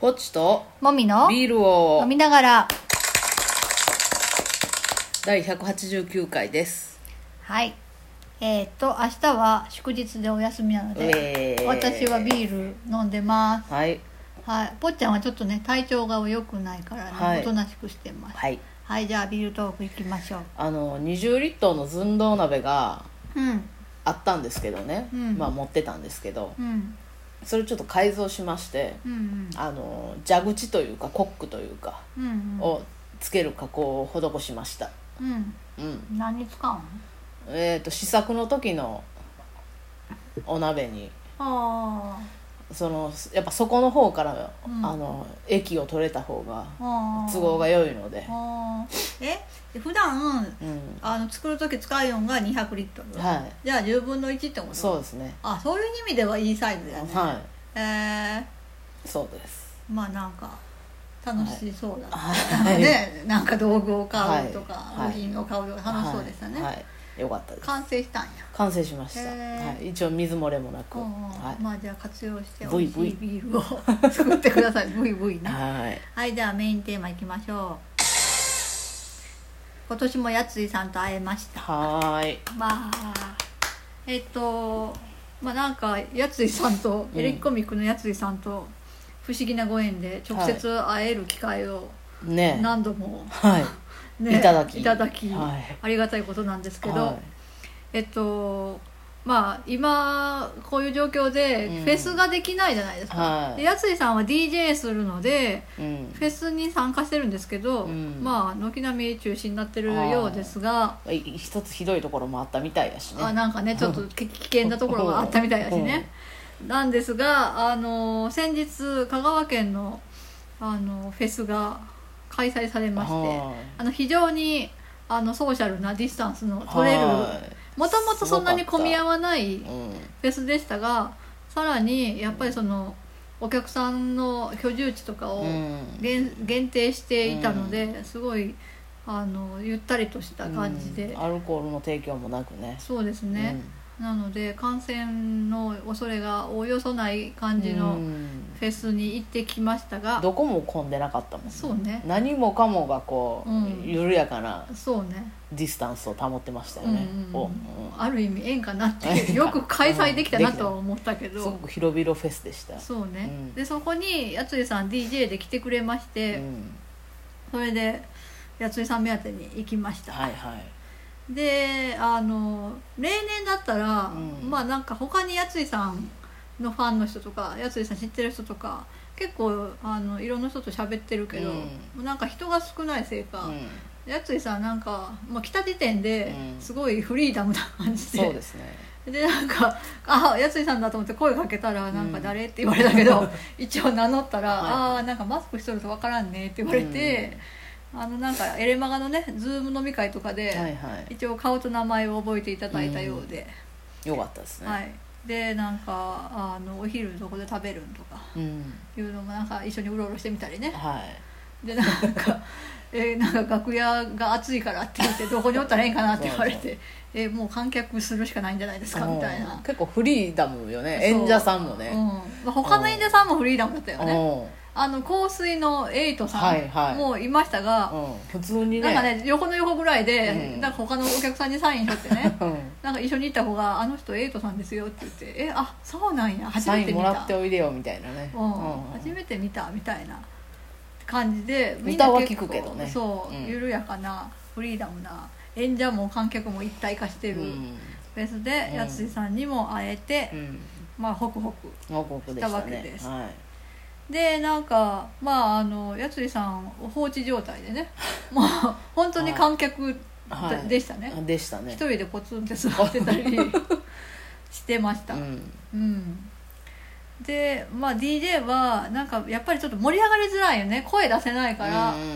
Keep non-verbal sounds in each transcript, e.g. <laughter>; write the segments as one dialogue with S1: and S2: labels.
S1: ポチと
S2: もみの
S1: ビールを
S2: 飲みながら
S1: 第189回です
S2: はいえっ、と明日は祝日でお休みなので、
S1: うえー
S2: 私はビール飲んでます
S1: はい
S2: はいぽっちゃんはちょっとね体調が良くないからね、
S1: はい
S2: おとなしくしてますはい、
S1: はい
S2: じゃあビールトーク行きましょう
S1: あの20リットルの寸胴鍋が
S2: うん
S1: あったんですけどね、
S2: うん
S1: まあ持ってたんですけど
S2: うん
S1: それちょっと改造しまして
S2: うんうん
S1: あの蛇口というかコックというか
S2: うん
S1: をつける加工を施しました
S2: うん
S1: うん
S2: うん何に使うん
S1: えっ、と試作の時のお鍋に
S2: あ
S1: そのやっぱ底の方から、
S2: うん
S1: あの液を取れた方が
S2: ーあー
S1: 都合が良いので、
S2: あーえ普段
S1: うん、
S2: あの作る時使うのが200リットル、
S1: は
S2: じゃあ10分の1ってこと
S1: いそうですね
S2: あそういう意味ではいいサイズだよね、
S1: は
S2: えー、
S1: いそうです
S2: まあなんか楽しそうだ、
S1: はい
S2: ねなんか道具を買うとか、
S1: はい
S2: 部品を買うとか楽しそうでしたね、
S1: はい、はいよかったです
S2: 完成したんや、
S1: 完成しました、
S2: へー
S1: はい、一応水漏れもなく
S2: うんうん
S1: は
S2: まあじゃあ活用して
S1: ブ
S2: 美
S1: イ
S2: 味
S1: ブ
S2: し
S1: イ
S2: いビールを作ってく
S1: <laughs>
S2: ださいブイブイ
S1: い
S2: ね
S1: はい
S2: はいじゃあメインテーマいきましょう今年もやついさんと会えました
S1: はーい
S2: まあえっとまあなんかやついさんと、
S1: うん
S2: エレキコミックのやついさんと不思議なご縁で直接会える機会を
S1: ねえ
S2: 何度も、
S1: はい
S2: ね
S1: いただき
S2: いただき、
S1: はい
S2: ありがたいことなんですけど、
S1: は
S2: えっとまあ今こういう状況で
S1: うん
S2: フェスができないじゃないですか、
S1: はい
S2: でやついさんは DJ するので
S1: い、うん
S2: フェスに参加してるんですけど、
S1: うん
S2: まあ軒並み中止になってるようですが。
S1: い一つひどいところもあったみたいやしね
S2: あなんかねちょ
S1: <laughs>
S2: っと危危険なところがあったみたいだしねなんですがあの先日香川県のあのフェスが開催されまして
S1: は
S2: あの非常にあのソーシャルなディスタンスの
S1: い
S2: 取れる
S1: は
S2: もともとそんなに混み合
S1: わ
S2: わない
S1: い
S2: フ
S1: うん
S2: ェスでしたがさらにやっぱりそのお客さんの居住地とかを
S1: うん
S2: 限限定していたのですごいあのゆったりとした感じで
S1: うんアルコールの提供もなくね
S2: そうですね。なので感染の恐れがおおよそない感じ
S1: う
S2: の
S1: ん
S2: フェスに行ってきましたが、
S1: どこも混んでなかったもんね
S2: そうね
S1: 何もかもがこう、
S2: うん
S1: 緩やかな
S2: そうね
S1: ディスタンスを保ってましたよね、
S2: うんうん
S1: お
S2: う
S1: うんん
S2: ある意味縁かなっ
S1: 縁
S2: て
S1: か
S2: よく開催できたな
S1: うんできた
S2: とは思ったけ
S1: すご
S2: ど、
S1: く広々フェスでした
S2: そうね、
S1: うん
S2: でそこにやついさん DJ で来てくれまし
S1: う
S2: て、
S1: ん、
S2: それでやついさん目当てに行きました、
S1: はいはい
S2: であの例年だったら、
S1: うん
S2: まあなんか他にやついさんのファンの人とかやついさん知ってる人とか結構あのいろんな人と喋ってるけど、
S1: うん
S2: もうなんか人が少ないせいか、
S1: うん、
S2: やついさんなんか、まあ、来た時点で
S1: うん
S2: すごいフリーダムな感じ
S1: そう
S2: で,、
S1: ですね
S2: でなんか「あやついさんだ」と思って声かけたら「なん
S1: う
S2: か
S1: ん
S2: 誰?」って言われた
S1: <laughs>
S2: けど一応名乗ったら「
S1: はい
S2: ああーなんかマスクしとるとわからんね」って言われて、あのなんかエレマガのねズーム飲み会とかで。
S1: はいはい
S2: 一応顔と名前を覚えていただいたようで、
S1: よかったですね、
S2: はい、でなんかあのお昼どこで食べるんとか
S1: うん
S2: いうのもなんか一緒にうろうろしてみたりね
S1: はい
S2: でなんか <laughs> えーなんか楽屋が暑いからって言ってどこにおったらええんかなって言われ
S1: そう
S2: てえーもう観客するしかないんじゃないですかみたい
S1: うん
S2: な
S1: 結構フリーダムよね
S2: そ
S1: 演
S2: う
S1: 者さんも
S2: うん
S1: ね、
S2: まあ、他の演者さんもフリーダムだったよ
S1: うん
S2: ねあの香水のエイトさ
S1: はいはい
S2: んもいましたが、
S1: うん普通にね
S2: なんかね横の横ぐらいで、
S1: うん
S2: なんか他のお客さんにサインしとってね <laughs>
S1: うん
S2: なんか一緒に行った子が「あの人エイトさんですよ」って言って「えあそうなんや初
S1: サ
S2: め
S1: イ
S2: て
S1: ン
S2: 見
S1: も
S2: た」
S1: らっておいでよみたいなね、
S2: うん
S1: うん
S2: 初めて見たみたいな感じで
S1: 歌は
S2: 結構
S1: 聞くけどね
S2: そう、
S1: うん
S2: 緩やかなフリーダムな演者も観客も一体化してる
S1: う
S2: フ
S1: ん
S2: ェスで、
S1: うん
S2: やつじさんにも会えて、
S1: うん
S2: まあホクホク
S1: 王国でし
S2: したわ
S1: た
S2: け
S1: ね
S2: です
S1: は
S2: でなんかまああのやつじさん放置状態でね <laughs> もう本当に観客だ
S1: はいはい
S2: でしたね、
S1: いでしたね
S2: 一人でポツンって座って
S1: <laughs>
S2: たりしてました、
S1: うん
S2: うんで、まあ、DJ はなんかやっぱりちょっと盛り上がりづらいよね声出せないから
S1: うん、うんうんう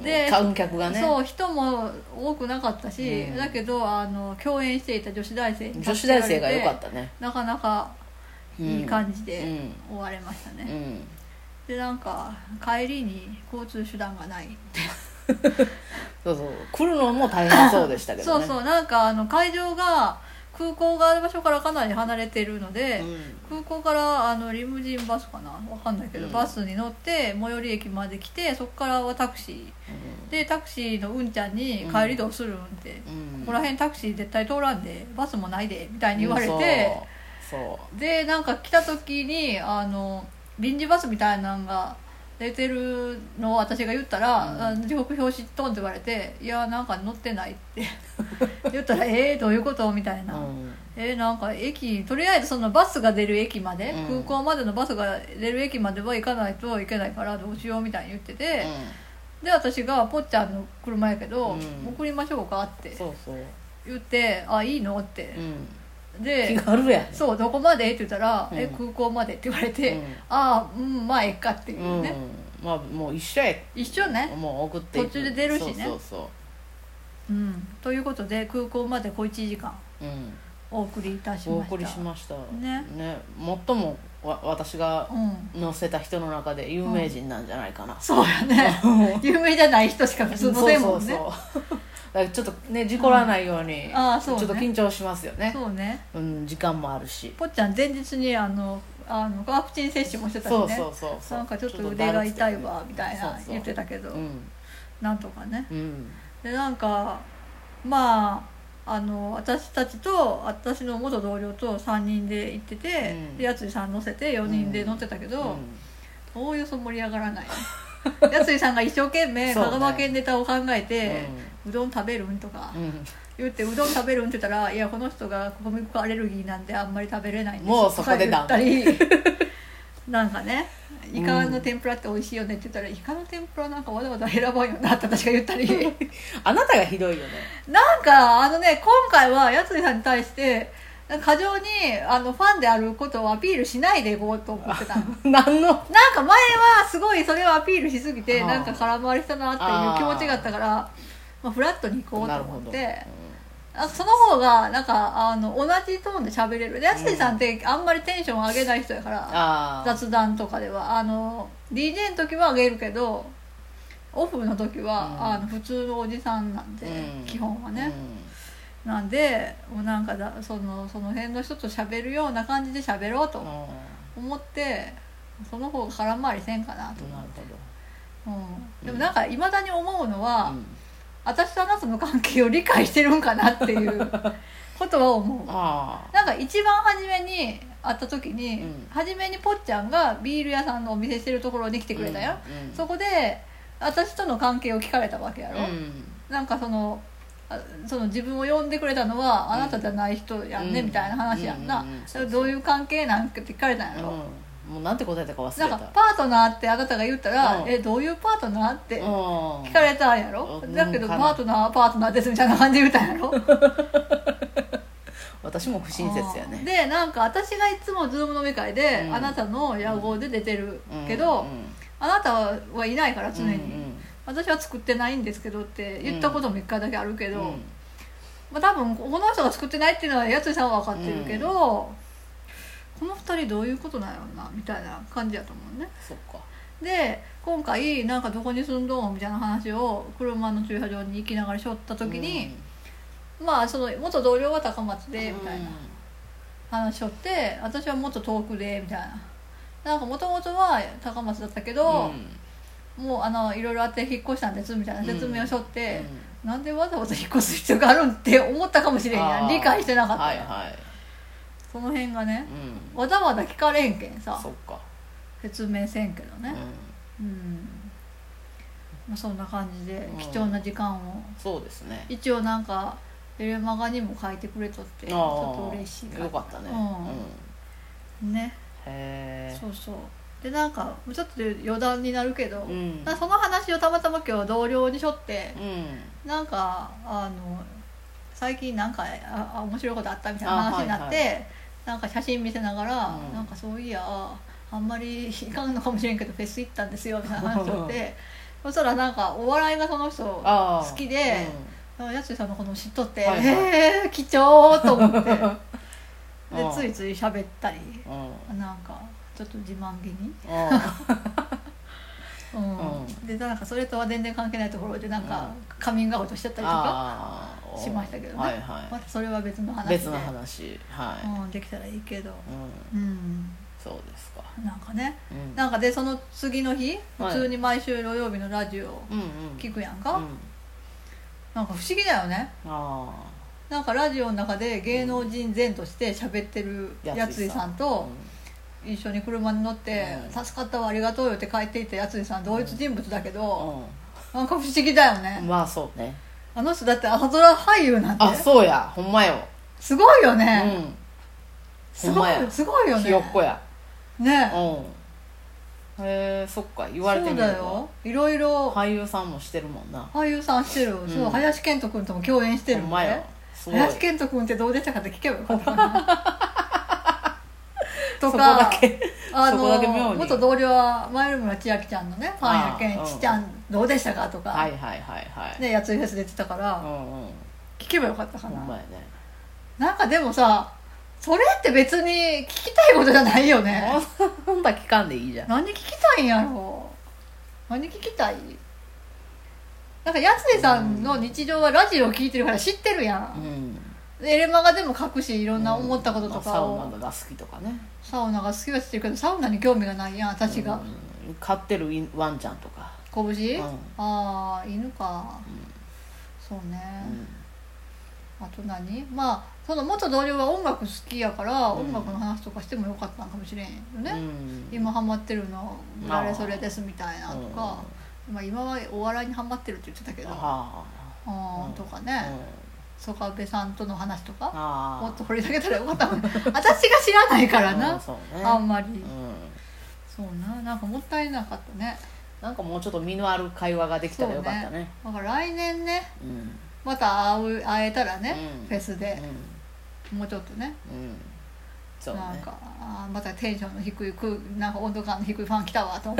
S1: ん、
S2: で
S1: 観客がね
S2: そう人も多くなかったし、
S1: うん
S2: だけどあの共演していた女子大生に
S1: 女子大生が良かったたね
S2: なかなかいい感じ
S1: う
S2: で
S1: ん
S2: 終われましたね、
S1: うん
S2: でなんか帰りに交通手段がない
S1: そうそう来るのも大変そうでしたけ
S2: そ
S1: ど
S2: う
S1: ね
S2: <laughs> そううなんかあの会場が空港がある場所からかなり離れてるので、
S1: うん
S2: 空港からあのリムジンバスかなわかんないけど、
S1: うん
S2: バスに乗って最寄り駅まで来てそこからはタクシーでタクシーのうんちゃんに帰りどうするんって、
S1: うん
S2: ここら辺タクシー絶対通らんでバスもないでみたいに言われて、
S1: そうそう
S2: でなんか来た時にあの臨時バスみたいなのが出てるのを私が言った
S1: う
S2: ら「
S1: ん
S2: あの時刻表知っとん」って言われて「いやなんか乗ってない」って <laughs> 言ったら「えー、どういうこと?」みたいな。
S1: うん
S2: えーなんか駅とりあえずそのバスが出る駅まで、
S1: うん
S2: 空港までのバスが出る駅までは行かないといけないからどうしようみたいに言ってて、で私が「ぽっちゃんの車やけど、
S1: うん
S2: 送りましょうか」って
S1: うんそうそう、
S2: 言って「あいいの?」って
S1: う、ん、
S2: で
S1: 気軽やね
S2: そうどこまでって言ったら「
S1: うん
S2: え空港まで」って言われて
S1: う
S2: 「
S1: ん
S2: ああうんまあええか」っていううんね、
S1: まあもう一緒や
S2: 一緒ね、
S1: もう送っていく
S2: 途中で出るしね
S1: そうそう
S2: うん、ということで空港まで小1時間
S1: そう、うん、
S2: お送りいたし
S1: お
S2: ました
S1: 送りしました
S2: ね
S1: ね最もわ私が
S2: うん
S1: 載せた人の中で有名人なんじゃないかな、
S2: そうや
S1: <laughs>
S2: ね有名じゃない人しか普通のせんもんね
S1: そうそうそうだからちょっとね事故らないように、
S2: んあーそうね
S1: ちょっと緊張しますよね
S2: そうね
S1: うん時間もあるし
S2: ぽっちゃん前日にあのあのワクチン接種もしてたしね
S1: そうそうそうそう
S2: なんかちょっと腕が痛いわみたい
S1: そ
S2: な
S1: うそう
S2: 言ってたけど
S1: うん
S2: なんとかね
S1: うん
S2: でなんかまああの私たちと私の元同僚と3人で行ってて、
S1: うん
S2: でやついさん乗せて4人で乗ってたけど、
S1: うん
S2: おおよそ盛り上がらない <laughs> やついさんが一生懸命
S1: そ
S2: 香
S1: うね
S2: 川県ネタを考えて、うどん食べるんとか
S1: うん
S2: 言ってうどん食べるんって言ったら「いやこの人が小麦粉アレルギーなんであんまり食べれないんです」
S1: もうそこで
S2: だ
S1: だ
S2: ったり
S1: <laughs>
S2: なんかね「
S1: うん
S2: イカの天ぷらって美味しいよね」って言ったら「イカの天ぷらなんかわざわざ選ばんよな」って私が言ったり。
S1: あなたがひどいよね
S2: <laughs>
S1: <laughs>
S2: なんかあのね今回はやつりさんに対してなんか過剰にあのファンであることをアピールしないでいこうと思ってたなんか
S1: 何の
S2: 前はすごいそれをアピールしすぎて
S1: あー
S2: なんか空回りしたなっていう気持ちがあったからまあ、フラットに行こうと
S1: なる
S2: 思
S1: ほ
S2: っ
S1: ど
S2: てあその方がなんかあの同じトーンで喋れるでやつりさんってあんまりテンション上げない人やから、
S1: ああ
S2: 雑談とかではあの DJ の時は上げるけどオフの時は、
S1: うん
S2: あの普通のおじさんなんで、
S1: うん
S2: 基本はね、なんでもうなんかだそのその辺の人と喋るような感じで喋ろう
S1: うん、うん
S2: と思って、その方が空回りせんかなと
S1: な
S2: 思
S1: るほど
S2: う、うん、でもなんかいまだに思うのは、
S1: うん
S2: 私とあなたの関係を理解してるんかなっ
S1: <laughs>
S2: ていうことは思う
S1: あ
S2: なんか一番初めに会った時に、
S1: うん
S2: 初めにぽっちゃんがビール屋さんのお店してるところに来
S1: て
S2: てくれたよ、、
S1: うんうん
S2: そこで私との関係を聞かれたわけやろ、
S1: うん
S2: なんかそのあその自分を呼んでくれたのはあなたじゃない人やんね、
S1: うん
S2: みたいな話やんな、
S1: うんうんうん
S2: それどういう関係なんって聞かれたんやろ、
S1: うん、もうなんて答えたか忘れ
S2: なん
S1: た
S2: かパートナーってあなたが言ったら「
S1: うん
S2: えどういうパートナー?」って
S1: うん
S2: 聞かれたんやろ、
S1: うん
S2: だけど
S1: うん
S2: パ
S1: かな
S2: ートナーはパートナーですみたいな感じで言ったんやろ
S1: 私も不 <laughs> 親切や
S2: う
S1: ね
S2: んでなんか私がいつもズーム飲み会で、
S1: うん
S2: あなたの野望で出てるけど、
S1: うんうん
S2: あなたはいないから常に、
S1: うん
S2: 私は作ってないんですけどって言ったことも一回だけあるけ
S1: う
S2: ど、
S1: ん
S2: まあ、多分この人が作ってないっていうのはやつさんは分かってるけど、この2人どういうことなんやろうなみたいな感じやと思うね
S1: そっか
S2: で今回なんかどこに住んどんみたいな話を車の駐車場に行きながらしょった時に、まあその元同僚は高松でみたいな話しょって私はもっと遠くでみたいな。なんかもともとは高松だったけど、もうあのいろいろあって引っ越したんですみたいな説明をしょって、なんでわざわざ引っ越す必要があるんって思ったかもしれんや
S1: あ
S2: ん
S1: ー
S2: 理解してなかった
S1: はい
S2: やん
S1: はい
S2: その辺がね
S1: うん
S2: わざわざ聞かれんけんさ
S1: そっか
S2: 説明せんけど
S1: う
S2: ね
S1: ん
S2: うん、まあ、そんな感じで
S1: うん
S2: 貴重な時間を、
S1: そうですね
S2: 一応なんかエレマガにも書いてくれとって
S1: あ
S2: ちょっと嬉しい
S1: ーよかったね
S2: うん
S1: うん
S2: ね
S1: へえ
S2: そうそうでなんかちょっと余談になるけど、
S1: うん
S2: なんかその話をたまたま今日同僚にしょって
S1: うん
S2: なんかあの最近なんかああ面白いことあったみたいな話になって、
S1: あは
S2: なんか写真見せながら、
S1: うん
S2: なんかそういやあんまりいかんのかもしれんけどフェス行ったんですよみたいな話をしてそしたらなんかお笑いがその人
S1: あー
S2: 好きであやついさんのことを知っとって、
S1: はいはい
S2: へえ貴重と思
S1: <laughs>
S2: って
S1: うん
S2: でついつい喋ったり
S1: うん
S2: <laughs>
S1: うん
S2: なんかちょっと自慢げに。
S1: あ
S2: うん
S1: う
S2: でなんかそれとは全然関係ないところでなんかカミングアウトしちゃったりとか
S1: あー
S2: しましたけどね、
S1: はいは
S2: またそれは別の話
S1: い
S2: で
S1: 別の話はい、
S2: うん、できたらいいけど
S1: うん、
S2: うん
S1: そうですか
S2: なんかね
S1: うん
S2: なんかでその次の日
S1: は
S2: 普
S1: い
S2: 通に毎週土曜日のラジオ
S1: うんうん
S2: 聞くやんか、
S1: うん
S2: なんか不思議だよね
S1: あ
S2: なんかラジオの中で芸能人前として喋ってる
S1: うん
S2: やついさん
S1: あ、
S2: と一緒に車に乗って
S1: う
S2: 「
S1: ん
S2: 助かったわありがとうよ」って帰っていったやついさん同一人物だけ
S1: う
S2: ど、
S1: ん
S2: なんか不思議だよね、
S1: うん、まあそうね
S2: あの人だって朝ドラ俳優なんて
S1: あそうやほんまよ、
S2: すごいよ
S1: う
S2: ね、
S1: ん
S2: す
S1: ほん
S2: ご
S1: まや
S2: いすごいよね
S1: ひよっこや
S2: ね
S1: うんへえそっか言われて
S2: そう
S1: みれ
S2: だ
S1: ば
S2: よいろいろ
S1: 俳優さんもしてるもんな
S2: 俳優さんしてる、
S1: ん
S2: そう林遣都君とも共演してる
S1: ほん
S2: もん
S1: まや
S2: ね
S1: すごい
S2: 林遣都君ってどうでしたかって聞けばよかったかなと <laughs>
S1: そこ
S2: か
S1: だけ
S2: <laughs> あ
S1: そこだけ妙
S2: の
S1: に
S2: 元同僚は前村千秋ちゃんのねファンやけ
S1: あ
S2: ん
S1: あ
S2: ちちゃんどうでしたかとか、
S1: はいはいはいはい、
S2: ねやついフェス出てたか
S1: う
S2: ら
S1: んうん
S2: 聞けばよかったか
S1: ほんま
S2: な
S1: やね
S2: なんかでもさそれって別に聞きたいことじゃないよね
S1: そんな期間でいいじゃん
S2: 何聞きたいんやろ何聞きたいなんかやすねさんの日常はラジオ聞いてるから知ってるや、
S1: うんん
S2: でエレマガでも書くしいろ
S1: そ
S2: んな思ったこととかを、
S1: サウナが好きとかね
S2: サウナが好きは知ってるけどサウナに興味がないやん私が、
S1: うん飼ってる犬ワンちゃんとか
S2: 拳、
S1: うん
S2: ああ犬か、そうね、あと何まあその元同僚は音楽好きやから、
S1: うん
S2: 音楽の話とかしてもよかったんかもしれんよ
S1: う
S2: ね、
S1: ん
S2: 今ハマってるのあれそれですみたいなとか、まあ、今はお笑いにハマってるって言ってたけ
S1: うん
S2: ど
S1: あ
S2: うんとかね
S1: あ、うん
S2: 曽我部さんとの話とか
S1: ああ
S2: もっと掘り下げたらよかったもん私が知らないから
S1: うん
S2: な、
S1: そうね
S2: あんまり、
S1: うん
S2: そうななんかもったいなかったね
S1: なんかもうちょっと身のある会話ができたらよかったね
S2: だから来年ね
S1: うんうん
S2: また会う会えたらね、
S1: うん
S2: フェスで、もうちょっとね
S1: うんそうね
S2: なんかあーまたテンションの低い空なんか温度感の低いファン来たわと思